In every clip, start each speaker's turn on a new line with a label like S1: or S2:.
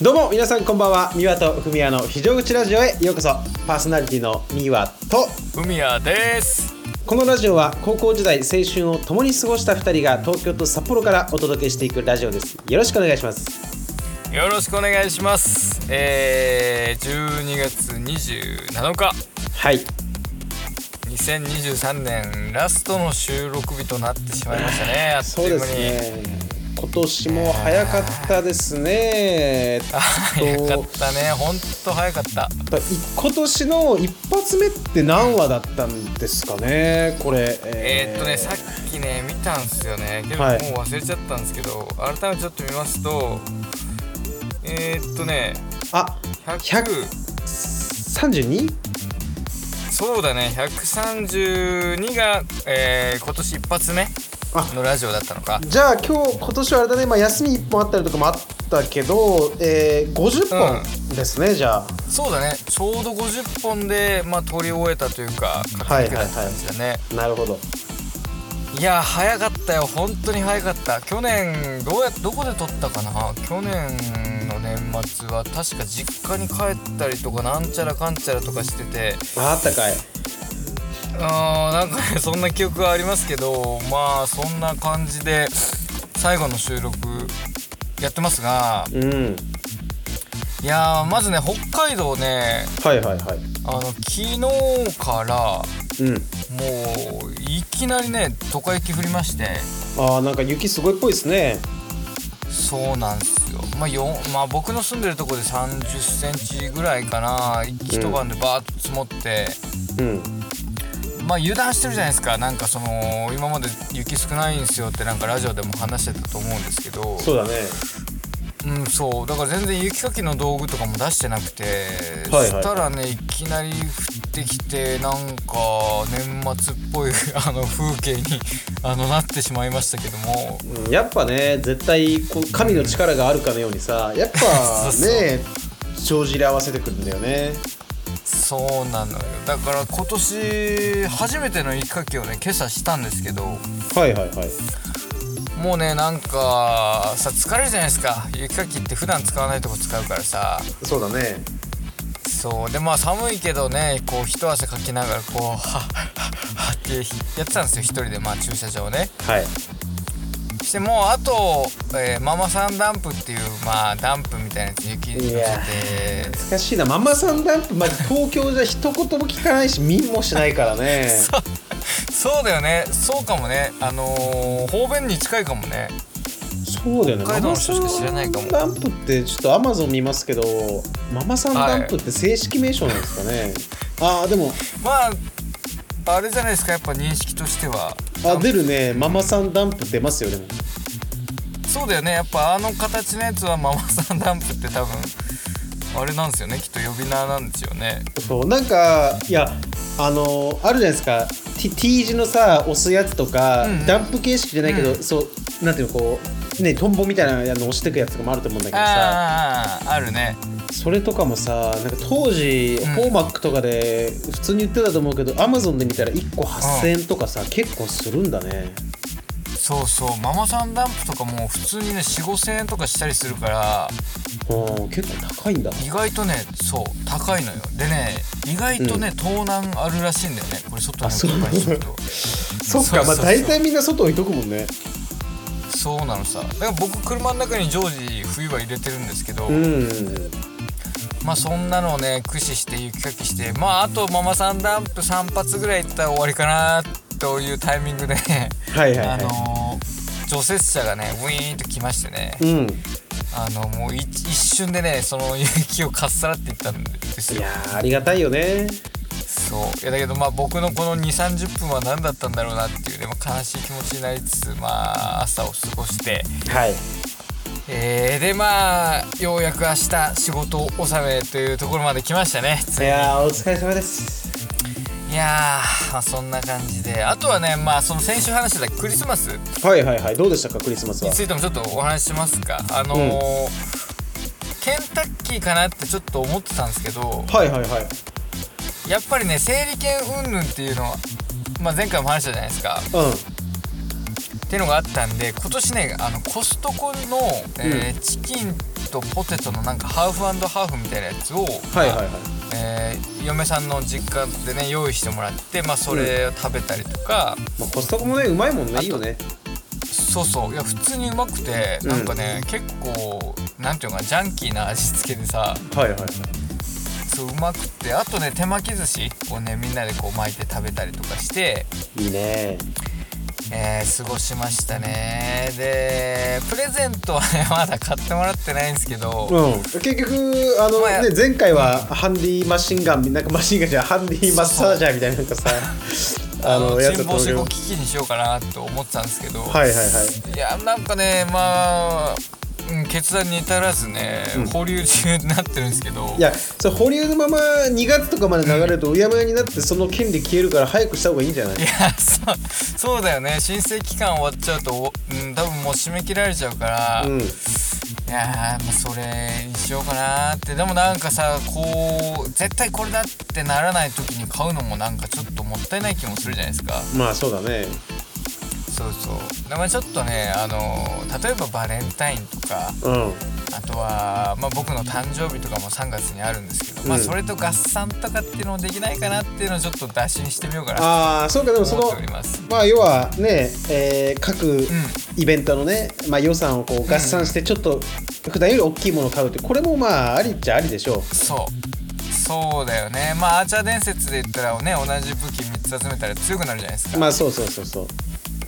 S1: どうも皆さんこんばんは三輪とふみやの非常口ラジオへようこそパーソナリティの三輪と
S2: ふみやです
S1: このラジオは高校時代青春を共に過ごした2人が東京と札幌からお届けしていくラジオですよろしくお願いします
S2: よろしくお願いしますえー、12月27日
S1: はい
S2: 2023年ラストの収録日となってしまいましたねあっと
S1: そう
S2: い
S1: で
S2: う間
S1: す
S2: に、
S1: ね今年も早かったですね
S2: あ
S1: えっ
S2: 早
S1: と
S2: かったねほんと早かった
S1: やっぱい今年の一発目って何話だったんですかねこれ
S2: えーっとね
S1: ー
S2: さっきね見たんですよねけど、
S1: はい
S2: もう忘れちゃったんですけど改めてちょっと見ますとえー、っとね
S1: あ
S2: 100
S1: 32?
S2: そうだね132が、えー今年一発目
S1: あ
S2: のラジオだったのか
S1: じゃあ今日今年はあれだね、まあ、休み1本あったりとかもあったけど、えー、50本ですね、じゃあ
S2: そうだねちょうど50本で、まあ、撮り終えたというか駆け抜けたって感じだね、い
S1: なるほど
S2: や早かったよ本当に早かった去年どうやどこで撮ったかな去年の年末は確か実家に帰ったりとかなんちゃらかんちゃらとかしてて
S1: ああったかい
S2: うんなんかねそんな記憶はありますけどまあそんな感じで最後の収録やってますが
S1: うん
S2: いやーまずね北海道ね
S1: はいはいはい
S2: あの昨日から
S1: うん
S2: もういきなりねドカ雪降りまして
S1: あーなんか雪すごいっぽいですね
S2: そうなんですよまあよまあ僕の住んでるとこで3 0ンチぐらいかな一晩でバーッと積もって、
S1: うん
S2: まあ油断してるじゃないですかなんかその今まで雪少ないんですよってなんかラジオでも話してたと思うんですけど
S1: そうだね
S2: うん、そうだから全然雪かきの道具とかも出してなくて、
S1: はいはい
S2: そしたらねいきなり降ってきてなんか年末っぽいあの風景にあのなってしまいましたけども
S1: うんやっぱね絶対こう神の力があるかのようにさやっ ぱ
S2: そうそう
S1: ね帳尻合わせてくるんだよね
S2: そうなのよだから今年初めての雪かきをね今朝したんですけど
S1: はいはいはい
S2: もうねなんかさ疲れるじゃないですか雪かきって普段使わないとこ使うからさ
S1: そうだね
S2: そうでまあ寒いけどねこう一汗かきながらこうはっはっはってやってたんですよ一人でまあ駐車場をね
S1: はい
S2: してもうあと、えーママさんダンプっていうまあダンプみたいなやつ雪に乗
S1: いや
S2: せて
S1: 難しいなママさんダンプまず東京じゃ一言も聞かないし見もしないから ね
S2: そう だよねそうかもねあのー方便に近いかもね
S1: そうだよね
S2: 北海道の人しか知らないかも
S1: ママさんダンプってちょっとアマゾン見ますけどママさんダンプって正式名称なんですか ね、ああでも
S2: まああれじゃないですかやっぱ認識としては
S1: あ出るねママさんダンプ出ますよでも
S2: そうだよねやっぱあの形のやつはママさんダンプって多分あれなんですよねきっと呼び名なんですよね
S1: そうなんかいやあのあるじゃないですか T, T 字のさ押すやつとか、
S2: うんうん
S1: ダンプ形式じゃないけど、
S2: う
S1: そうなんていうのこうねトンボみたいなの押してくやつとかもあると思うんだけどさ
S2: あーあーあーあるね
S1: それとかもさなんか当時、
S2: うん
S1: フォーマックとかで普通に売ってたと思うけどアマゾンで見たら1個8000円とかさ、結構するんだね
S2: そうそうママさんダンプとかもう普通にね4 5千円とかしたりするから
S1: うん結構高いんだ
S2: 意外とねそう高いのよでね意外とね、盗難あるらしいんだよねこれ外に置いてると
S1: そっ
S2: そう
S1: か
S2: そう
S1: まあ
S2: そう
S1: 大体みんな外置いとくもんね
S2: そうなのさだから僕車の中に常時冬は入れてるんですけど、
S1: うん
S2: まあそんなのをね駆使して雪かきしてまああとママさんダンプ3発ぐらいいったら終わりかなというタイミングで、
S1: はいはいは
S2: あ
S1: い、
S2: のー除雪車がねウィーンと来ましてね、
S1: うん
S2: あのもう一一瞬でねその雪をかっさらっていったんです
S1: い
S2: よ
S1: やーありがたいよね
S2: そういやだけどまあ僕のこの2 3 0分は何だったんだろうなっていうね、まあ悲しい気持ちになりつつまあ朝を過ごして、
S1: はい
S2: えー、でまあようやく明日仕事納めというところまで来ましたね
S1: いやーお疲れ様です
S2: いやー、まあ、そんな感じであとはねまあその先週話してたクリスマスに
S1: はいはいはいどうでしたかクリスマスは
S2: ついてもちょっとお話ししますかあのーケンタッキーかなってちょっと思ってたんですけど
S1: はいはいはい
S2: やっぱりね整理券云々っていうのは、まあ、前回も話したじゃないですか
S1: う
S2: っていうのがあったんで今年ねあのコストコの、えーチキンとポテトのなんかハーフハーフみたいなやつを、
S1: はいはいはい
S2: えー嫁さんの実家でね用意してもらって、まあ、それを食べたりとか、
S1: まあ、コストコもねうまいもんねいいよね
S2: そうそういや普通にうまくて
S1: うん
S2: なんかね、結構なんていうのかなジャンキーな味付けで
S1: は
S2: さ
S1: いはいはい
S2: そううまくてあとね手巻き寿司をねみんなでこう巻いて食べたりとかして、
S1: いいね
S2: えー過ごしましたねでプレゼントはね まだ買ってもらってないんですけど、
S1: うん結局あの、
S2: まあ
S1: ね、前回はハンディマシンガンなんかマシンガンじゃないハンディマッサージャーみたいななん かさあのやつだっ
S2: 沈
S1: たん
S2: 没
S1: だけ
S2: 事
S1: ど
S2: 故機器にしようかなと思ってたんですけど、
S1: はいはいはい
S2: いやなんかねまあ、うん、決断に至らずね、
S1: うん
S2: 保留中になってるんですけど
S1: いやそれ保留のまま2月とかまで流れるとうやむやになってその権利消えるから早くした方がいいんじゃない
S2: いやそうそうだよね申請期間終わっちゃうと、おうん、多分もう締め切られちゃうから、
S1: う
S2: い
S1: ん
S2: やーもうそれにしようかなーってでもなんかさこう絶対これだってならない時に買うのもなんかちょっともったいない気もするじゃないですか
S1: まあそうだね
S2: そうそうでもちょっとねあの例えばバレンタインとか
S1: うん
S2: あとは、まあ、僕の誕生日とかも3月にあるんですけど、まあ、
S1: うん
S2: それと合算とかっていうのもできないかなっていうのをちょっと打診してみようかなと
S1: ああそうかでもそ
S2: 思
S1: の
S2: っております
S1: まあ要はね、えー各イベントのね、まあ、予算をこう合算してちょっと普段より大きいものを買うってこれもまあありっちゃありでしょ
S2: そうそうだよねまあアーチャー伝説で言ったらね同じ武器3つ集めたら強くなるじゃないです
S1: う
S2: か、
S1: まあそうそうそうそう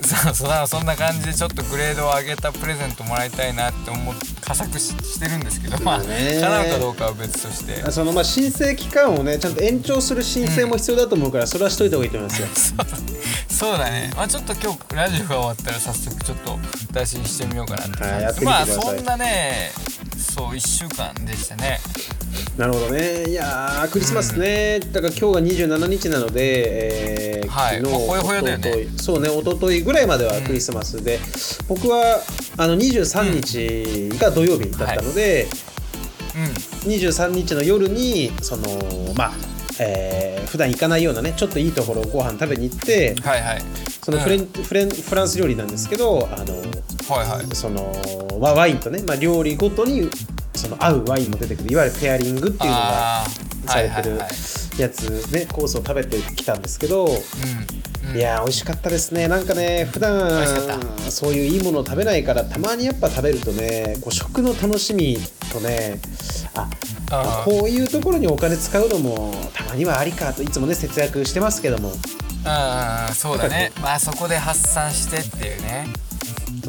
S2: そうそうだからそんな感じでちょっとグレードを上げたプレゼントもらいたいなって思って加策ししてるんですけどまあ
S1: そうだね
S2: 叶うかどうかは別として
S1: あそのまあ申請期間をねちゃんと延長する申請も必要だと思うから、それはしといた方がいいと思いますよ
S2: そうだね、まあ、ちょっと今日ラジオが終わったら早速ちょっと打診してみようかなって
S1: はいやってみてく
S2: まあ
S1: ださい
S2: そんなねそう1週間でしたね
S1: なるほどねいやークリスマスね、だから今日が27日なので、えー
S2: はい
S1: 昨日
S2: もうほやほやだよね
S1: おとといそうね一昨日ぐらいまではクリスマスで、僕はあの23日が土曜日だったので、
S2: う
S1: 23日の夜にそのまあえー普段行かないようなねちょっといいところをご飯食べに行って
S2: んはいはい
S1: そのフレン、フレンフランス料理なんですけどあの
S2: はいはい
S1: そのワワインとね、まあ、料理ごとにその合うワインも出てくるいわゆるペアリングっていうのが
S2: ああ
S1: さ
S2: は
S1: れ
S2: いは
S1: て
S2: い
S1: る
S2: はい
S1: やつねコースを食べてきたんですけど、
S2: うんうん
S1: いやー美味しかったですねなんかね普
S2: 味しか
S1: 段
S2: っ
S1: そういういいものを食べないからたまにやっぱ食べるとねこう食の楽しみとねあ
S2: あ
S1: こういうところにお金使うのもたまにはありかといつもね節約してますけども
S2: あそう だねまあそこで発散してっていうね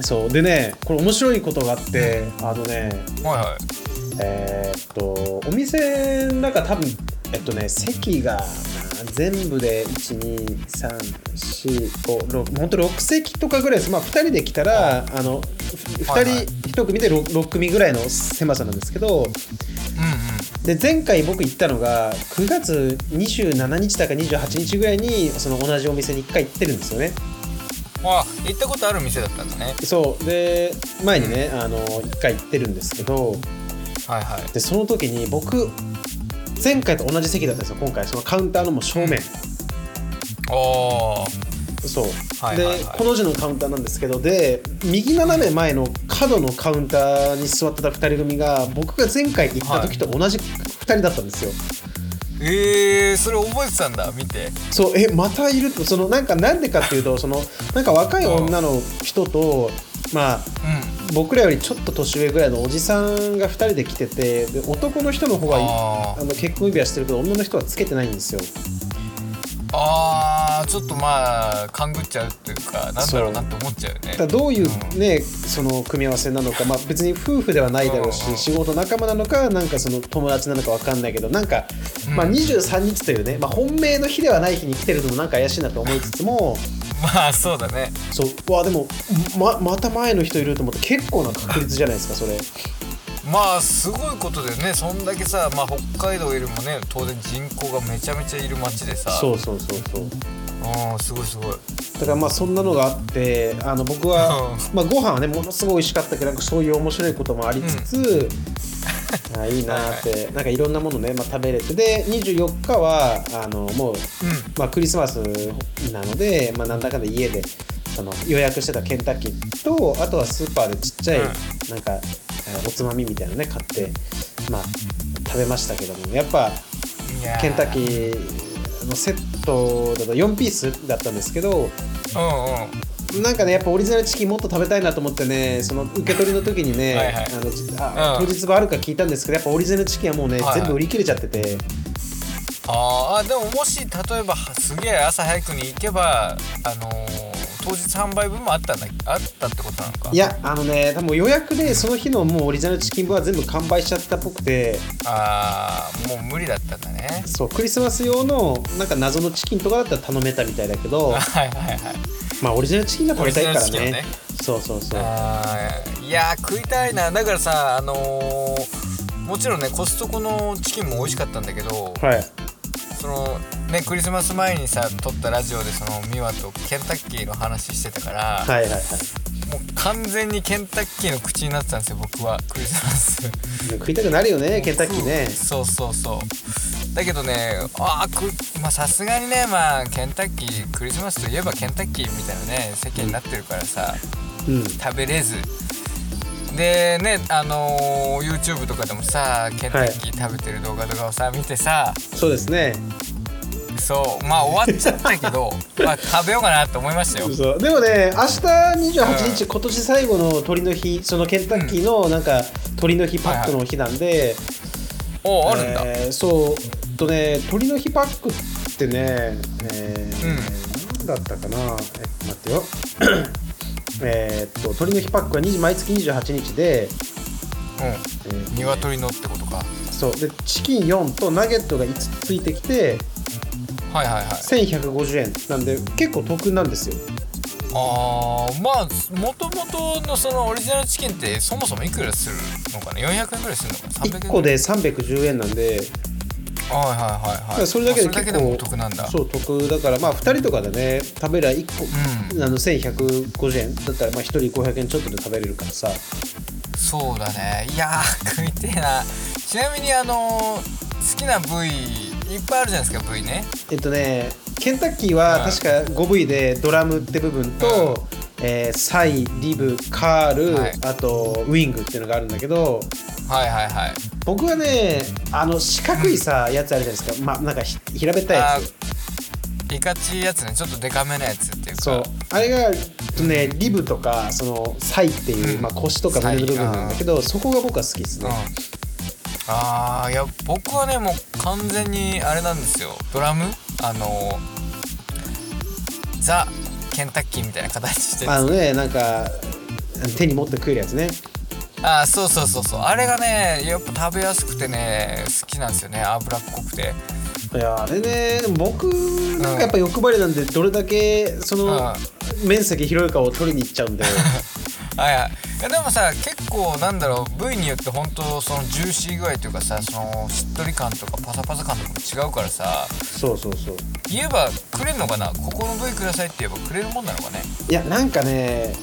S1: そうでねこれ面白いことがあってあのね
S2: はいはい
S1: えーっとお店の中多分えっとね席が全部で12345ほんと6席とかぐらいですまあ2人で来たらあの
S2: はいは
S1: 2
S2: い
S1: 人1組で 6, 組ぐらいの狭さなんですけど
S2: うん
S1: で前回僕行ったのが9月27日だか28日ぐらいにその同じお店に1回行ってるんですよね
S2: うんあ行ったことある店だったんだね
S1: そうで前にね、あの1回行ってるんですけど
S2: はいはい
S1: でその時に僕前回と同じ席だったんですよ今回そのカウンターのもう正面、
S2: おお
S1: そう、
S2: はいはいはい
S1: でこの字のカウンターなんですけどで右斜め前の角のカウンターに座ってた2人組が僕が前回行った時と同じ2人だったんですよ、
S2: えー、それ覚えてたんだ見て
S1: そうえまたいるとそのなんかなんでかっていうとそのなんか若い女の人とまあ
S2: うん
S1: 僕らよりちょっと年上ぐらいのおじさんが2人で来ててで男の人の方が
S2: あ
S1: あの結婚指輪してるけど女の人はつけてないんですよ
S2: あーちょっとまあ勘ぐっちゃうっていうかなんだろうなって思っちゃうよね
S1: だからどういううね、その組み合わせなのか、まあ、別に夫婦ではないだろう
S2: うんう
S1: し
S2: ん
S1: 仕事仲間なのかなんかその友達なのか分かんないけどなんか、
S2: うん
S1: まあ、23日というね、まあ、本命の日ではない日に来てるのもなんか怪しいなと思いつつも
S2: まあそうだね
S1: そううわでもままた前の人いると思って結構な確率じゃないですかそれ。
S2: まあすごいことだよねそんだけさ、まあ、北海道よりもね当然人口がめちゃめちゃいる町でさ
S1: そうそうそうそう
S2: うんすごいすごい
S1: だからまあそんなのがあってあの僕は、まあ、ご飯はねものすごい美味しかったけどなんかそういう面白いこともありつつ、 ああいいなーってなんかいろんなものね、まあ、食べれてで24日はあのもう、
S2: うん
S1: まあ、クリスマスなので、まあ、なんだかんだ家でその予約してたケンタッキーとあとはスーパーでちっちゃい、
S2: うん
S1: なんかえーおつまみみたいなのね買ってまあ食べましたけどもやっぱ
S2: いや
S1: ケンタッキーのセットだと4ピースだったんですけど
S2: うんうん
S1: なんかねやっぱオリジナルチキンもっと食べたいなと思ってねその受け取りの時にね
S2: はいはい
S1: あのじあ
S2: うん
S1: 当日はあるか聞いたんですけどやっぱオリジナルチキンはもうね、
S2: はいはい
S1: 全部売り切れちゃってて
S2: あーあでももし例えばはすげえ朝早くに行けばあのー当日販売分もあったんだあったってことなのか
S1: いやあのね多分予約でその日のもうオリジナルチキン分は全部完売しちゃったっぽくて
S2: ああもう無理だったんだね
S1: そうクリスマス用のなんか謎のチキンとかだったら頼めたみたいだけど
S2: はいはいはい
S1: まあオリジナルチキンが食べたいから
S2: オリジナ
S1: ね
S2: ルチキンをね
S1: そうそうそう
S2: あーいやー食いたいなだからさあのーもちろんねコストコのチキンも美味しかったんだけど、
S1: はい
S2: そのねクリスマス前にさ撮ったラジオでその美和とケンタッキーの話してたから、
S1: はいはいはい
S2: もう完全にケンタッキーの口になってたんですよ僕はクリスマス
S1: 食いたくなるよねケンタッキーね
S2: そうそうそうだけどねあーくまあさすがにねまあケンタッキークリスマスといえばケンタッキーみたいなね世間になってるからさ、
S1: うん
S2: 食べれずでねあのー YouTube とかでもさケンタッキー食べてる動画とかをさ見てさ、
S1: そうですね
S2: そうまあ終わっちゃった けどまあ食べようかなと思いましたよ
S1: そうでもね明日28日、
S2: う
S1: 今年最後の鳥の日そのケンタッキーのなんか鳥の日パックの日なんで、
S2: おあるんだ、
S1: えーそうとね鳥の日パックってね、えーなんだったかなえ待ってよ えーっと鳥の日パックは20毎月28日で、えー
S2: うん鶏のってことか
S1: そうでチキン4とナゲットが5つついてきて
S2: はいはいはい
S1: 1150円なんで結構得なんですよ
S2: あーまあもともとのそのオリジナルチキンってそもそもいくらするのかな400円ぐらいするのかな300
S1: 1
S2: 円
S1: 個で310円なんで
S2: はいはいはい
S1: だ
S2: は
S1: か
S2: い
S1: らそれだけで
S2: あそれ
S1: 結
S2: だけでも
S1: 構
S2: お得なんだ
S1: そう得だからまあ2人とかでね食べりゃ1個、
S2: う
S1: あの1150円だったらまあ1人500円ちょっとで食べれるからさ
S2: そうだねいやー食いてえなちなみにあのー好きな部位いっぱいあるじゃないですか部位ね
S1: えっとねケンタッキーは
S2: はい
S1: 確か 5V でドラムって部分と、えーサイリブカール、
S2: はい
S1: あとウイングっていうのがあるんだけど
S2: はいはいはい
S1: 僕はねあの四角いさやつあるじゃないですかまあなんかひ平べったいや
S2: あーいかちいやつねちょっとデカめなやつっていうか
S1: つそうあれがえっとねリブとかそのサイっていう、
S2: うん
S1: まあ、腰とか胸の部分なんだけどそこが僕は好きです
S2: うん
S1: ね、
S2: ああいや僕はねもう完全にあれなんですよドラムあのザ・ケンタッキーみたいな形してる
S1: あ
S2: あ
S1: のねなんか手に持って食えるやつね
S2: あーそうそうそうそうあれがねやっぱ食べやすくてね好きなんですよね脂っこくて
S1: いやあれねでも僕なんかやっぱ欲張りなんでどれだけその面積広いかを取りに行っちゃうんで
S2: はいはいいやでもさ結構なんだろう部位によって本当そのジューシー具合というかさそのしっとり感とかパサパサ感とかも違うからさ
S1: そうそうそう
S2: 言えばくれるのかなここの部位くださいって言えばくれるもんなのかね
S1: いやなんかね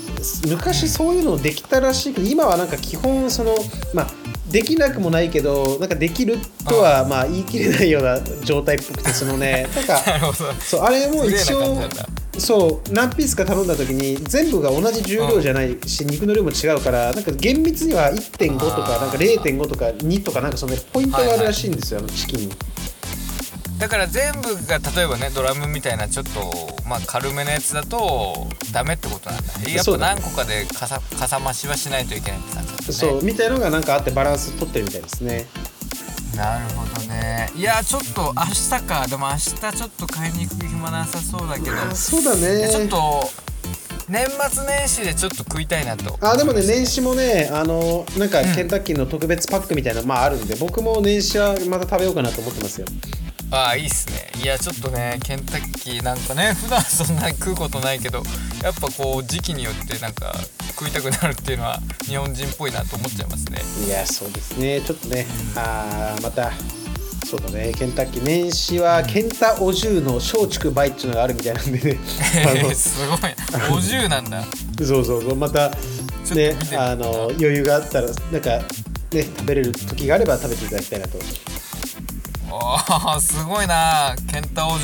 S1: 昔そういうのできたらしいけど今はなんか基本そのまあできなくもないけどなんかできるとはまあ言い切れないような状態っぽくてそのねなんか
S2: なるほど
S1: そうあれも一
S2: すげえな感じな
S1: 応
S2: んだ
S1: そう何ピースか頼んだ時に全部が同じ重量じゃないし肉の量も違うからなんか厳密には1.5とか
S2: あー
S1: なんか0.5とか2とかなんかそのねポイントがあるらしいんですよあのチキンに
S2: だから全部が例えばねドラムみたいなちょっと、まあ、軽めのやつだとダメってことなんだやっ
S1: そ
S2: ぱ
S1: うだね
S2: 何個かでかさかさ増しはしないといけないって感じだったね
S1: そうみたいのがなんかあってバランス取ってるみたいですね
S2: なるほどねいやちょっと明日かでも明日ちょっと買いに行く暇なさそうだけど
S1: あそうだ
S2: い
S1: ね
S2: やちょっと年末年始でちょっと食いたいなと
S1: あでもね年始もねあのなんか
S2: うん
S1: ケンタッキーの特別パックみたいなのまああるんで僕も年始はまた食べようかなと思ってますよ
S2: ああいいっすねいやちょっとねケンタッキーなんかね 普段そんなに食うことないけどやっぱこう時期によってなんか食いたくなるっていうのは日本人っぽいなと思っちゃいますね
S1: いやそうですねちょっとねあーまたそうだねケンタッキー年始はケンタお重の松竹梅っていうのがあるみたいなん でねあの
S2: すごいお重なんだ
S1: そうそうそうまた
S2: と
S1: ね
S2: 見てみ
S1: あの余裕があったらなんかね食べれる時があれば食べていただきたいなと
S2: あーすごいなケンタお重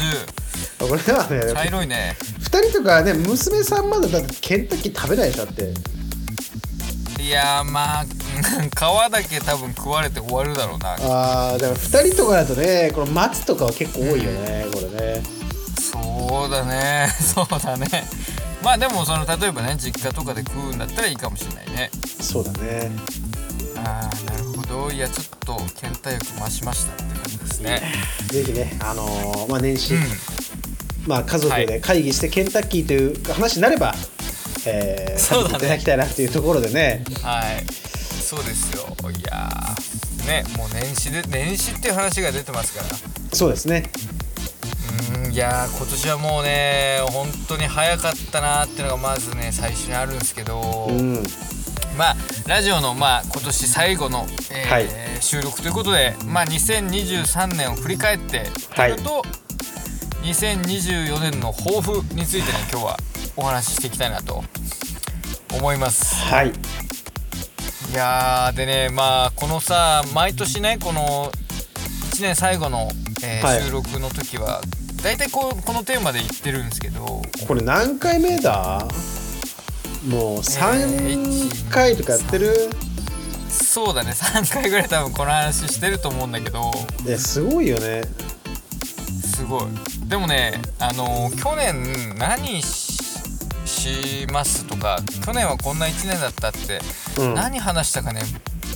S1: これは
S2: 茶
S1: ね
S2: 色いね
S1: 2人とかね娘さんまだだってケンタッキー食べないでしょだって
S2: いやーまあうー 皮だけ多分食われて終わるだろうな
S1: ああだから2人とかだとねこの松とかは結構多いよね、これね
S2: そうだね そうだねまあでもその例えばね実家とかで食うんだったらいいかもしれないね
S1: そうだね
S2: ああなるほどいやちょっと倦怠欲増しましたって感じですね
S1: ぜひねあのーまあ年始、
S2: うん
S1: まあ、家族で会議してケンタッキーという話になれば、えー、
S2: そうだね
S1: 食べていただきたいなっていうところでね
S2: はいそうですよいやーねもう年始で年始っていう話が出てますから
S1: そうですね
S2: うーんいやー今年はもうね本当に早かったなーっていうのがまずね最初にあるんですけど、
S1: うん
S2: まあラジオのまあ今年最後の、えー
S1: はい
S2: 収録ということで、まあ、2023年を振り返ってと
S1: はい
S2: いうと、2024年の抱負についてね今日はお話ししていきたいなと思います。
S1: はい
S2: いやーでねまあこのさ毎年ねこの1年最後の、えー
S1: はい
S2: 収録の時は大体こうこのテーマで言ってるんですけど
S1: これ何回目だもう3回とかやってる、
S2: そうだね3回ぐらい多分この話してると思うんだけど
S1: いやすごいよね
S2: すごいでもねあの去年何ししますとか去年はこんな1年だったって、
S1: うん
S2: 何話したかね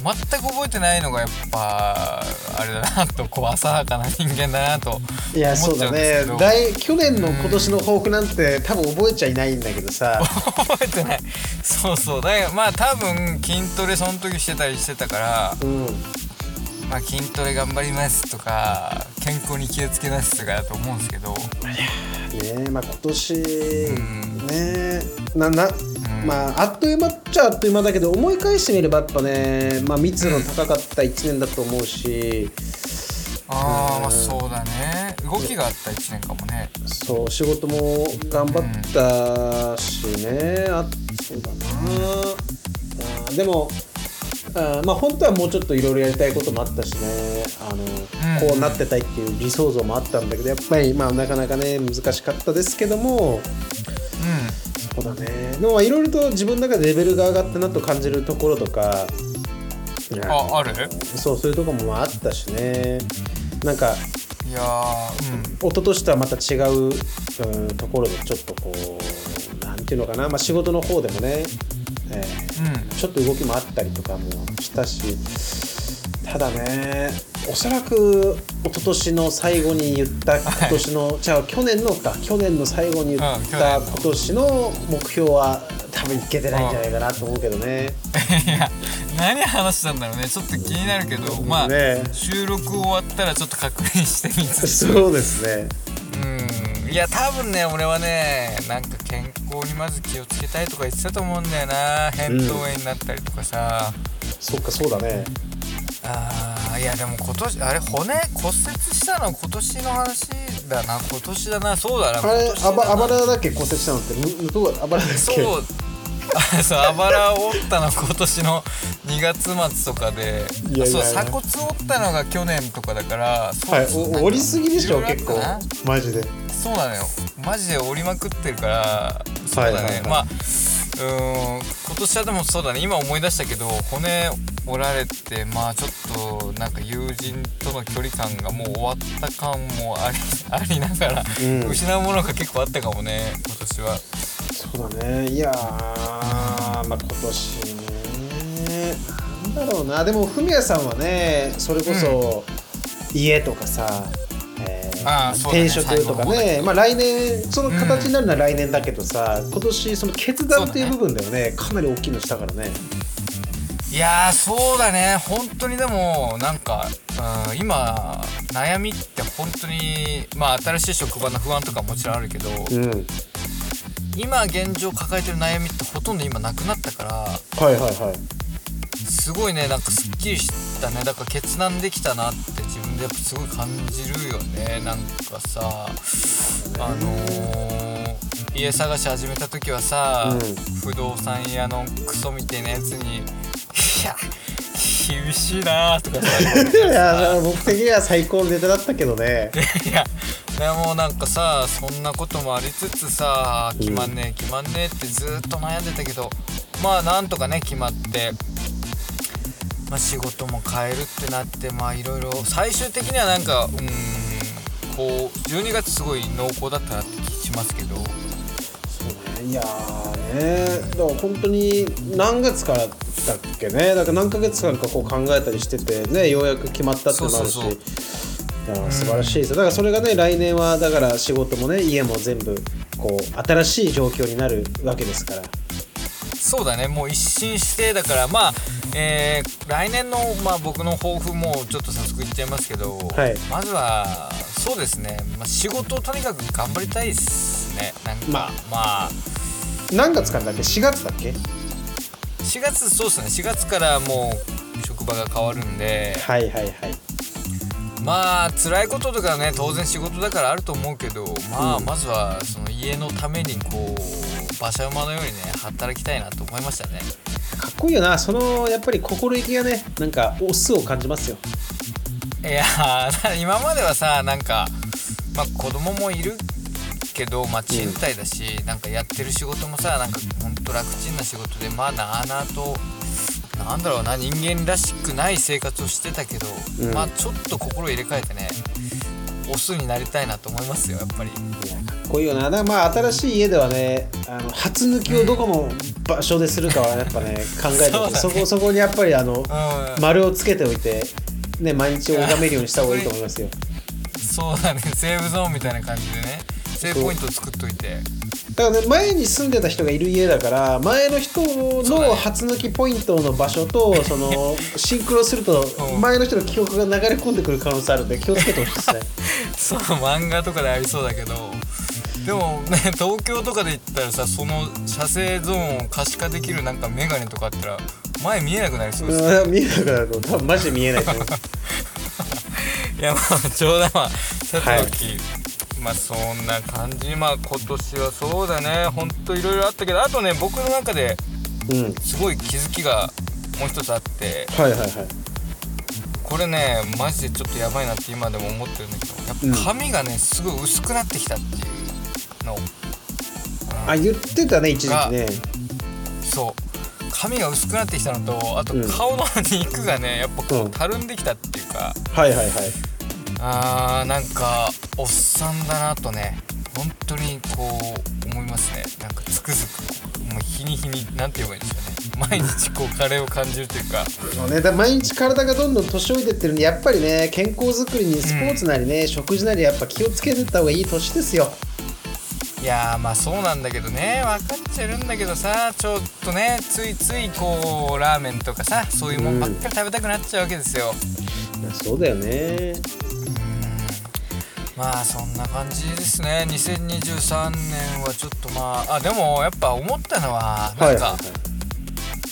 S2: 全く覚えてないのがやっぱあれだなとこう浅はかな人間だなと
S1: いや
S2: 思
S1: そ
S2: っ
S1: う
S2: ちゃ
S1: だ
S2: うんです
S1: ね
S2: けど
S1: 大去年の今年の抱負なんて多分覚えちゃいないんだけどさ
S2: 覚えてないそうそうだからまあ多分筋トレその時してたりしてたから、
S1: うん
S2: まあ、筋トレ頑張りますとか健康に気をつけますとかだと思うんですけど
S1: ねえまあ今年、
S2: ん
S1: ねえなな、まああっという間っちゃあっという間だけど思い返してみればやっぱね、まあ、密度の高かった1年だと思うし、
S2: ああまあそうだね動きがあった1年かもね
S1: そう仕事も頑張ったしね、あそうだな、あーでもあーまあ本当はもうちょっといろいろやりたいこともあったしねあの、
S2: うん
S1: こうなってたいっていう理想像もあったんだけどやっぱりまあなかなかね難しかったですけども
S2: う
S1: そうだねでもいろいろと自分の中でレベルが上がったなと感じるところとかいや
S2: んあある
S1: そうそういうところもあったしねなんか
S2: いやーう
S1: 一
S2: ん
S1: 昨年とはまた違う、うんところでちょっとこうなんていうのかな、まあ、仕事の方でもね、え
S2: うん
S1: ーちょっと動きもあったりとかもしたしただねおそらく一昨年の最後に言った今年のじゃあ去年のか去年の最後に言っ
S2: うん去
S1: た
S2: 年の
S1: 今年の目標は多分いけてないんじゃないかなと思うけどね。
S2: いや何話したんだろうねちょっと気になるけどまあ、
S1: ね
S2: 収録終わったらちょっと確認してみつつ
S1: そうですね
S2: うんいや多分ね俺はねなんか健康にまず気をつけたいとか言ってたと思うんだよな扁桃炎になったりとかさ、
S1: そっかそうだね
S2: あーいやでも今年あれ骨骨折したの今年の話だな今年だなそうだな
S1: あれ
S2: 今年だ
S1: あ
S2: な
S1: ばあばらだっけ骨折したのってむ向こうはあばらだっけ
S2: そうあ そうあばらを折ったの今年の2月末とかで
S1: いやいやいや
S2: あそう鎖骨折ったのが去年とかだからそう
S1: はい、
S2: なんか
S1: お折りすぎでしょ
S2: いろい
S1: 結
S2: ろ
S1: 構
S2: あったな
S1: マジで
S2: そうなのよマジで折りまくってるからそうだね、
S1: はいはいはい
S2: まあうーん今年はでもそうだね今思い出したけど骨折られてまあちょっとなんか友人との距離感がもう終わった感もあり ありながら、
S1: うん
S2: 失うものが結構あったかもね今年は
S1: そうだねいやーまあ今年ねなんだろうなでもフミヤさんはねそれこそ家とかさ、えー
S2: あーそうだね
S1: 転職とか
S2: 最後の方だ
S1: ね、まあ、来年その形になるのは来年だけどさ、今年その決断っていう部分だよねかなり大きいのしたからね
S2: いやーそうだね本当にでもなんか、うん、今悩みって本当にまあ新しい職場の不安とかもちろんあるけど、
S1: んはい
S2: 今現状抱えてる悩みってほとんど今なくなったから
S1: はいはい
S2: すごいねなんかすっきりしたねだから決断できたなって自分でやっぱすごい感じるよねなんかさあのー家探し始めた時はさ、
S1: うん
S2: 不動産屋のクソみたいなやつに「いや厳しいな」とか さ
S1: いやー僕的には最高のネタだったけどね
S2: いやでもなんかさそんなこともありつつさ決まんねえ決まんねえってずっと悩んでたけどまあなんとかね決まってまあ、仕事も変えるってなってまあいろいろ最終的にはなんかうーんこう12月すごい濃厚だったなって気しますけど
S1: そうねいやーねだから本当に何月からだっけねだから何ヶ月間かこう考えたりしててねようやく決まったってのもあるし
S2: そうそう
S1: だから素晴らしいですよだからそれがね来年はだから仕事もね家も全部こう新しい状況になるわけですから
S2: そうだねもう一新してだからまあえー来年の、まあ、僕の抱負もちょっと早速言っちゃいますけど、
S1: はい
S2: まずはそうですね、まあ、仕事をとにかく頑張りたいですねなんか
S1: まあ
S2: まあ
S1: 何月からだっけ4月だっけ
S2: 4月そうですね4月からもう職場が変わるんで
S1: はいはいはい
S2: まあ辛いこととかね当然仕事だからあると思うけどまあ
S1: うん
S2: まずはその家のためにこう馬車馬のようにね働きたいなと思いましたね
S1: かっこいいよなそのやっぱり心意気がねなんかオスを感じますよ
S2: いや ー今まではさなんか、まあ、子供もいるけど、まあ、賃貸だし、なんかやってる仕事もさなんかほんと楽ちんな仕事でまあなあなあとなんだろうな人間らしくない生活をしてたけど、
S1: うん
S2: まあちょっと心入れ替えてねオスになりたいなと思いますよやっぱり。
S1: いやかっこいいよなだからまあ新しい家ではねあの初抜きをどこの場所でするかはやっぱね考えて
S2: そうだ
S1: て
S2: ね
S1: そ,、こそこにやっぱりあの
S2: うん
S1: 丸をつけておいて、ね、毎日拝めるようにした方がいいと思いますよ
S2: そうだねセーブゾーンみたいな感じでねセーブポイントを作っといて
S1: だからね前に住んでた人がいる家だから前の人
S2: そうだね
S1: の初抜きポイントの場所とそのシンクロすると
S2: うん
S1: 前の人の記憶が流れ込んでくる可能性あるんで気をつけてほしいですね
S2: そう漫画とかでありそうだけどでもね 東京とかで言ったらさその射精ゾーンを可視化できるなんか眼鏡とかあったら前見えなくなりそうですね
S1: うん見えなくなると多分マジで見えないと思う
S2: いやまあ冗談はさておき、まあそんな感じまあ今年はそうだねほんといろいろあったけどあとね僕の中で
S1: うん
S2: すごい気づきがもう一つあって
S1: はいはいはい
S2: これねマジでちょっとやばいなって今でも思ってるんだけどやっぱ髪がねすごい薄くなってきたっていうの
S1: あ言ってたね一時期ね
S2: そう髪が薄くなってきたのとあと
S1: うん
S2: 顔の 肉がねやっぱこ
S1: う
S2: うんたるんできたっていうか、
S1: はいはいはい
S2: あーなんかおっさんだなとね本当にこう思いますねなんかつくづくもう日に日になんて言えばいいんですかね毎日こうカレーを感じるというか
S1: そうね、だから毎日体がどんどん年老いてってるんでやっぱりね健康づくりにスポーツなりね、食事なりやっぱ気をつけてった方がいい年ですよ
S2: いやーまあそうなんだけどね分かっちゃるんだけどさちょっとねついついこうラーメンとかさそういうもんばっかり食べたくなっちゃうわけですよ、
S1: いやそうだよね
S2: まあそんな感じですね2023年はちょっとまああでもやっぱ思ったのはなんか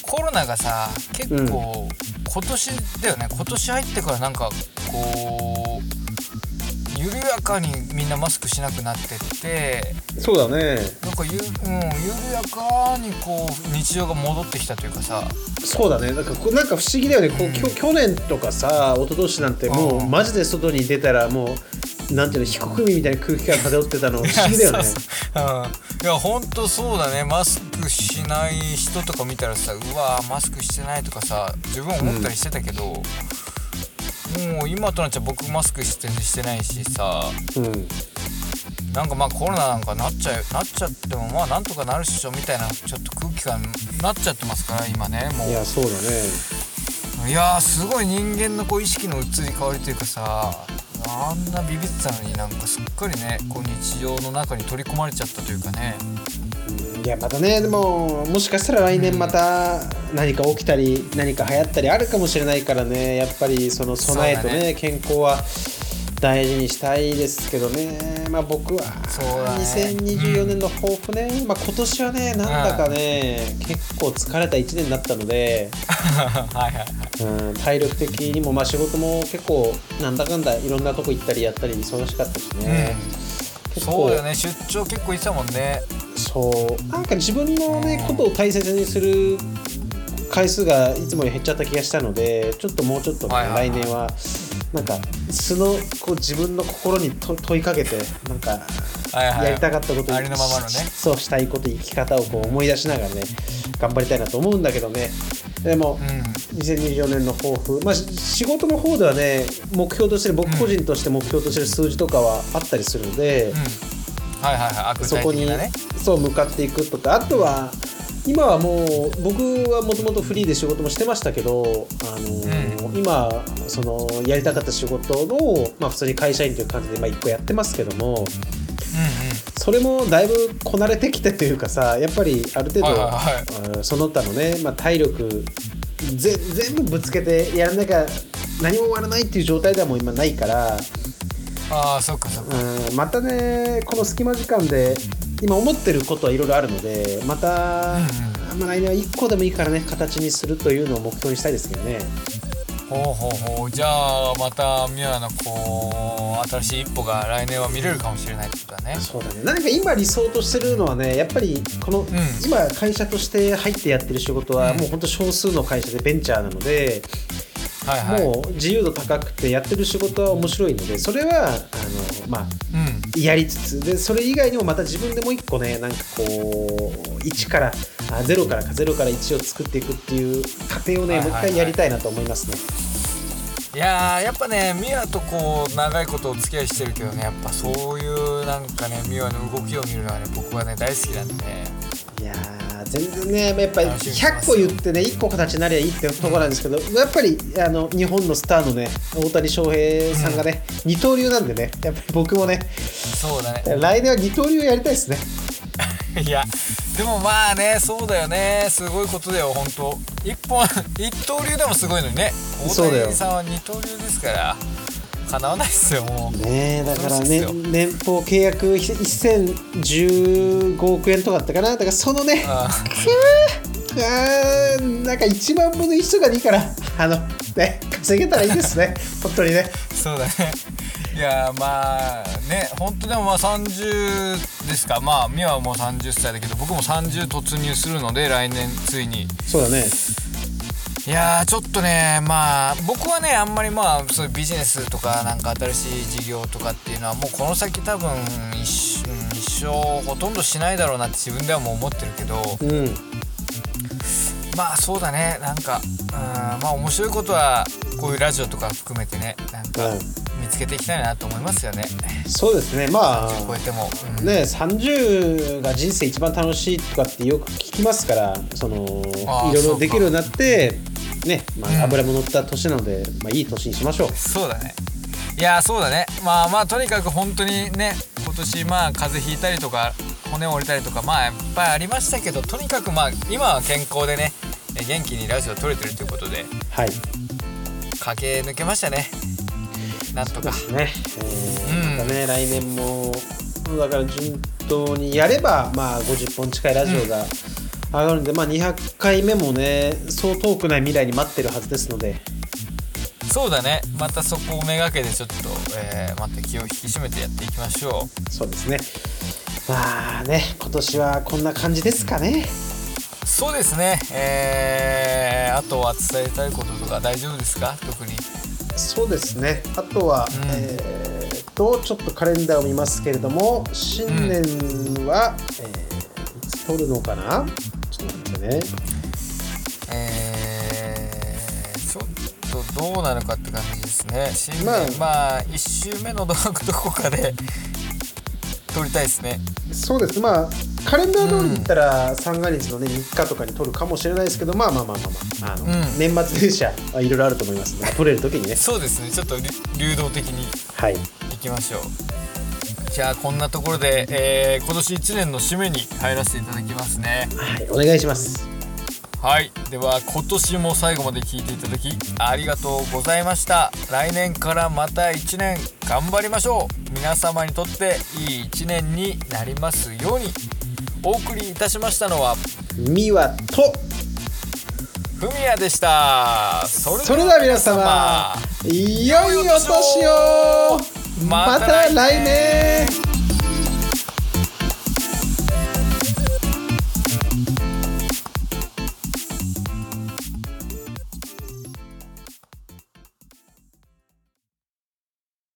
S2: コロナがさ結構今年だよね今年入ってからなんかこう緩やかにみんなマスクしなくなってって
S1: そうだね
S2: なんかゆ、うん、緩やかにこう日常が戻ってきたというかさ
S1: そうだねなんかこうなんか不思議だよねこう、きょ去年とかさ一昨年なんても
S2: う
S1: うんマジで外に出たらもうなんていうの非国民みたいな空気感漂ってたの不思議だよね
S2: そうそううん、いやほんとそうだねマスクしない人とか見たらさうわーマスクしてないとかさ自分思ったりしてたけど、もう今となっちゃ僕マスクしてしてないしさ
S1: うん
S2: なんかまあコロナなんかなっちゃうなっちゃってもまあなんとかなるっしょみたいなちょっと空気感になっちゃってますから今ねもう
S1: い
S2: いや
S1: やそうだね
S2: ーすごい人間のこう意識の移り変わりというかさあんなビビってたのになんかすっかりねこう日常の中に取り込まれちゃったというかね
S1: うんいやまたねでももしかしたら来年また何か起きたり何か流行ったりあるかもしれないからねやっぱりその備えと
S2: そう
S1: ね
S2: だ
S1: 健康は大事にしたいですけどねまあ僕は
S2: そうだね
S1: 2024年の抱負ね、まあ今年はねなんだかね、結構疲れた1年だったので、
S2: はいはい
S1: うん、体力的にもまあ仕事も結構なんだかんだいろんなとこ行ったりやったり忙しかったしね、結構
S2: そうだよね出張結構行ってたもんね
S1: そうなんか自分のね
S2: うん
S1: ことを大切にする回数がいつもより減っちゃった気がしたのでちょっともうちょっとね、
S2: はいはいはい
S1: 来年はなんか素のこう自分の心にと問いかけてなんか
S2: はいはい
S1: やりたかったこと
S2: ありのままのね
S1: しそうしたいこと生き方をこう思い出しながらね頑張りたいなと思うんだけどねでも、
S2: う
S1: 2024年の抱負、まあ、し仕事の方ではね目標としてる僕個人として目標としてる数字とかはあったりするので
S2: ん、はいはいはいあ具
S1: そ
S2: 体
S1: こ
S2: 的
S1: に
S2: なね
S1: そう向かっていくとかあとは今はもう僕はもともとフリーで仕事もしてましたけど、あのー今そのやりたかった仕事を、まあ、普通に会社員という感じで今1個やってますけどもそれもだいぶこなれてきてというかさやっぱりある程度、
S2: はいはいはい
S1: うんその他のね、まあ、体力ぜ全部ぶつけてやらなきゃ何も終わらないっていう状態ではもう今ないから、
S2: ああそっかそっか
S1: うん、またねこの隙間時間で今思ってることはいろいろあるのでまた、まあ、来年は1個でもいいからね形にするというのを目標にしたいですけどね
S2: ほうほうほうじゃあまたミラのこう新しい一歩が来年は見れるかもしれないってことだね
S1: そうだね何か今理想としてるのはねやっぱりこの、今会社として入ってやってる仕事は、
S2: うん
S1: もうほんと少数の会社でベンチャーなので、
S2: はいはい
S1: もう自由度高くてやってる仕事は面白いのでそれはあのまあ
S2: うん
S1: やりつつでそれ以外にもまた自分でもう一個ねなんかこう1からあ0からか0から1を作っていくっていう過程をね
S2: は
S1: も
S2: いう
S1: 一
S2: はいはい
S1: 回やりたいなと思いますね、
S2: いやーやっぱねミワとこう長いことお付き合いしてるけどねやっぱそういうなんかねミワの動きを見るのはね僕はね大好きなんでね
S1: いやー全然ねやっぱり
S2: 楽しみにしてま
S1: 100
S2: す
S1: 個言ってね1個形になりゃいいってところなんですけど、やっぱりあの日本のスターのね大谷翔平さんがね、二刀流なんでねやっぱり僕もね
S2: そうだね
S1: 来年は二刀流やりたいですね
S2: いやでもまあねそうだよねすごいことだよ本当一本一刀流でもすごいのにね
S1: そうだよ
S2: 大谷さんは二刀流ですからかなわないっすよもう
S1: ねえだから
S2: 楽し
S1: ね
S2: いっすよ
S1: 年俸契約ひ1015億円とかだったかなだからそのね
S2: あ
S1: くーあーなんか1万分の1とかでいいからあのね稼げたらいいです ね本当にね
S2: そうだねいやまあね本当でもまあ30ですかまあ美和はもう30歳だけど僕も30突入するので来年ついに
S1: そうだね
S2: いやーちょっとねまあ僕はねあんまりまあそういうビジネスとかなんか新しい事業とかっていうのはもうこの先多分一生うん一生ほとんどしないだろうなって自分ではもう思ってるけど
S1: うん
S2: まあそうだねなんかうんまあ面白いことはこういうラジオとか含めてねなんか見つけていきたいなと思いますよね
S1: そうですねまあ
S2: 超えても、うん
S1: ね30が人生一番楽しいとかってよく聞きますからその
S2: あー
S1: いろい
S2: そう
S1: ろ
S2: か
S1: できるようになってねま
S2: うん
S1: あ油も乗った年なので、まあ、いい年にしましょう
S2: そうだねいやーそうだねまあまあとにかく本当にね今年まあ風邪ひいたりとか骨折れたりとかまあいっぱいありましたけどとにかくまあ今は健康でねえ元気にラジオ撮れてるということで
S1: はい
S2: 駆け抜けましたねなんとか
S1: ね、
S2: うん
S1: えーまたね来年もだから順当にやれば、まあ、50本近いラジオが上がるんで、まあ、200回目もねそう遠くない未来に待ってるはずですので
S2: そうだねまたそこをめがけてちょっと、えーまた気を引き締めてやっていきましょ
S1: そうですねまあね今年はこんな感じですかね
S2: うそうですねえー、あとは伝えたいこととか大丈夫ですか特に
S1: そうですねあとは、
S2: うん
S1: えーっとちょっとカレンダーを見ますけれども新年は、えーいつ撮るのかなちょっと待ってね
S2: えーちょっとどうなるかって感じですね新年
S1: まあ
S2: まあ、一1周目のどどこかで撮りたいですね
S1: そうですまあカレンダー通りにいったら三が日のね3日とかに取るかもしれないですけどまあまあまあまあ,、まああの
S2: うん
S1: 年末年始はいろいろあると思いますので取れる時にね
S2: そうですねちょっとり流動的に
S1: はい
S2: いきましょうじゃあこんなところで、えー今年1年の締めに入らせていただきますね
S1: はいお願いします
S2: はいでは今年も最後まで聞いていただきありがとうございました来年からまた1年頑張りましょう皆様にとっていい1年になりますようにお送りいたしましたのは
S1: ミワと
S2: ふみやでしたそ
S1: それでは皆様良いお年を
S2: ま
S1: ま
S2: た来
S1: た
S2: 年
S1: 来年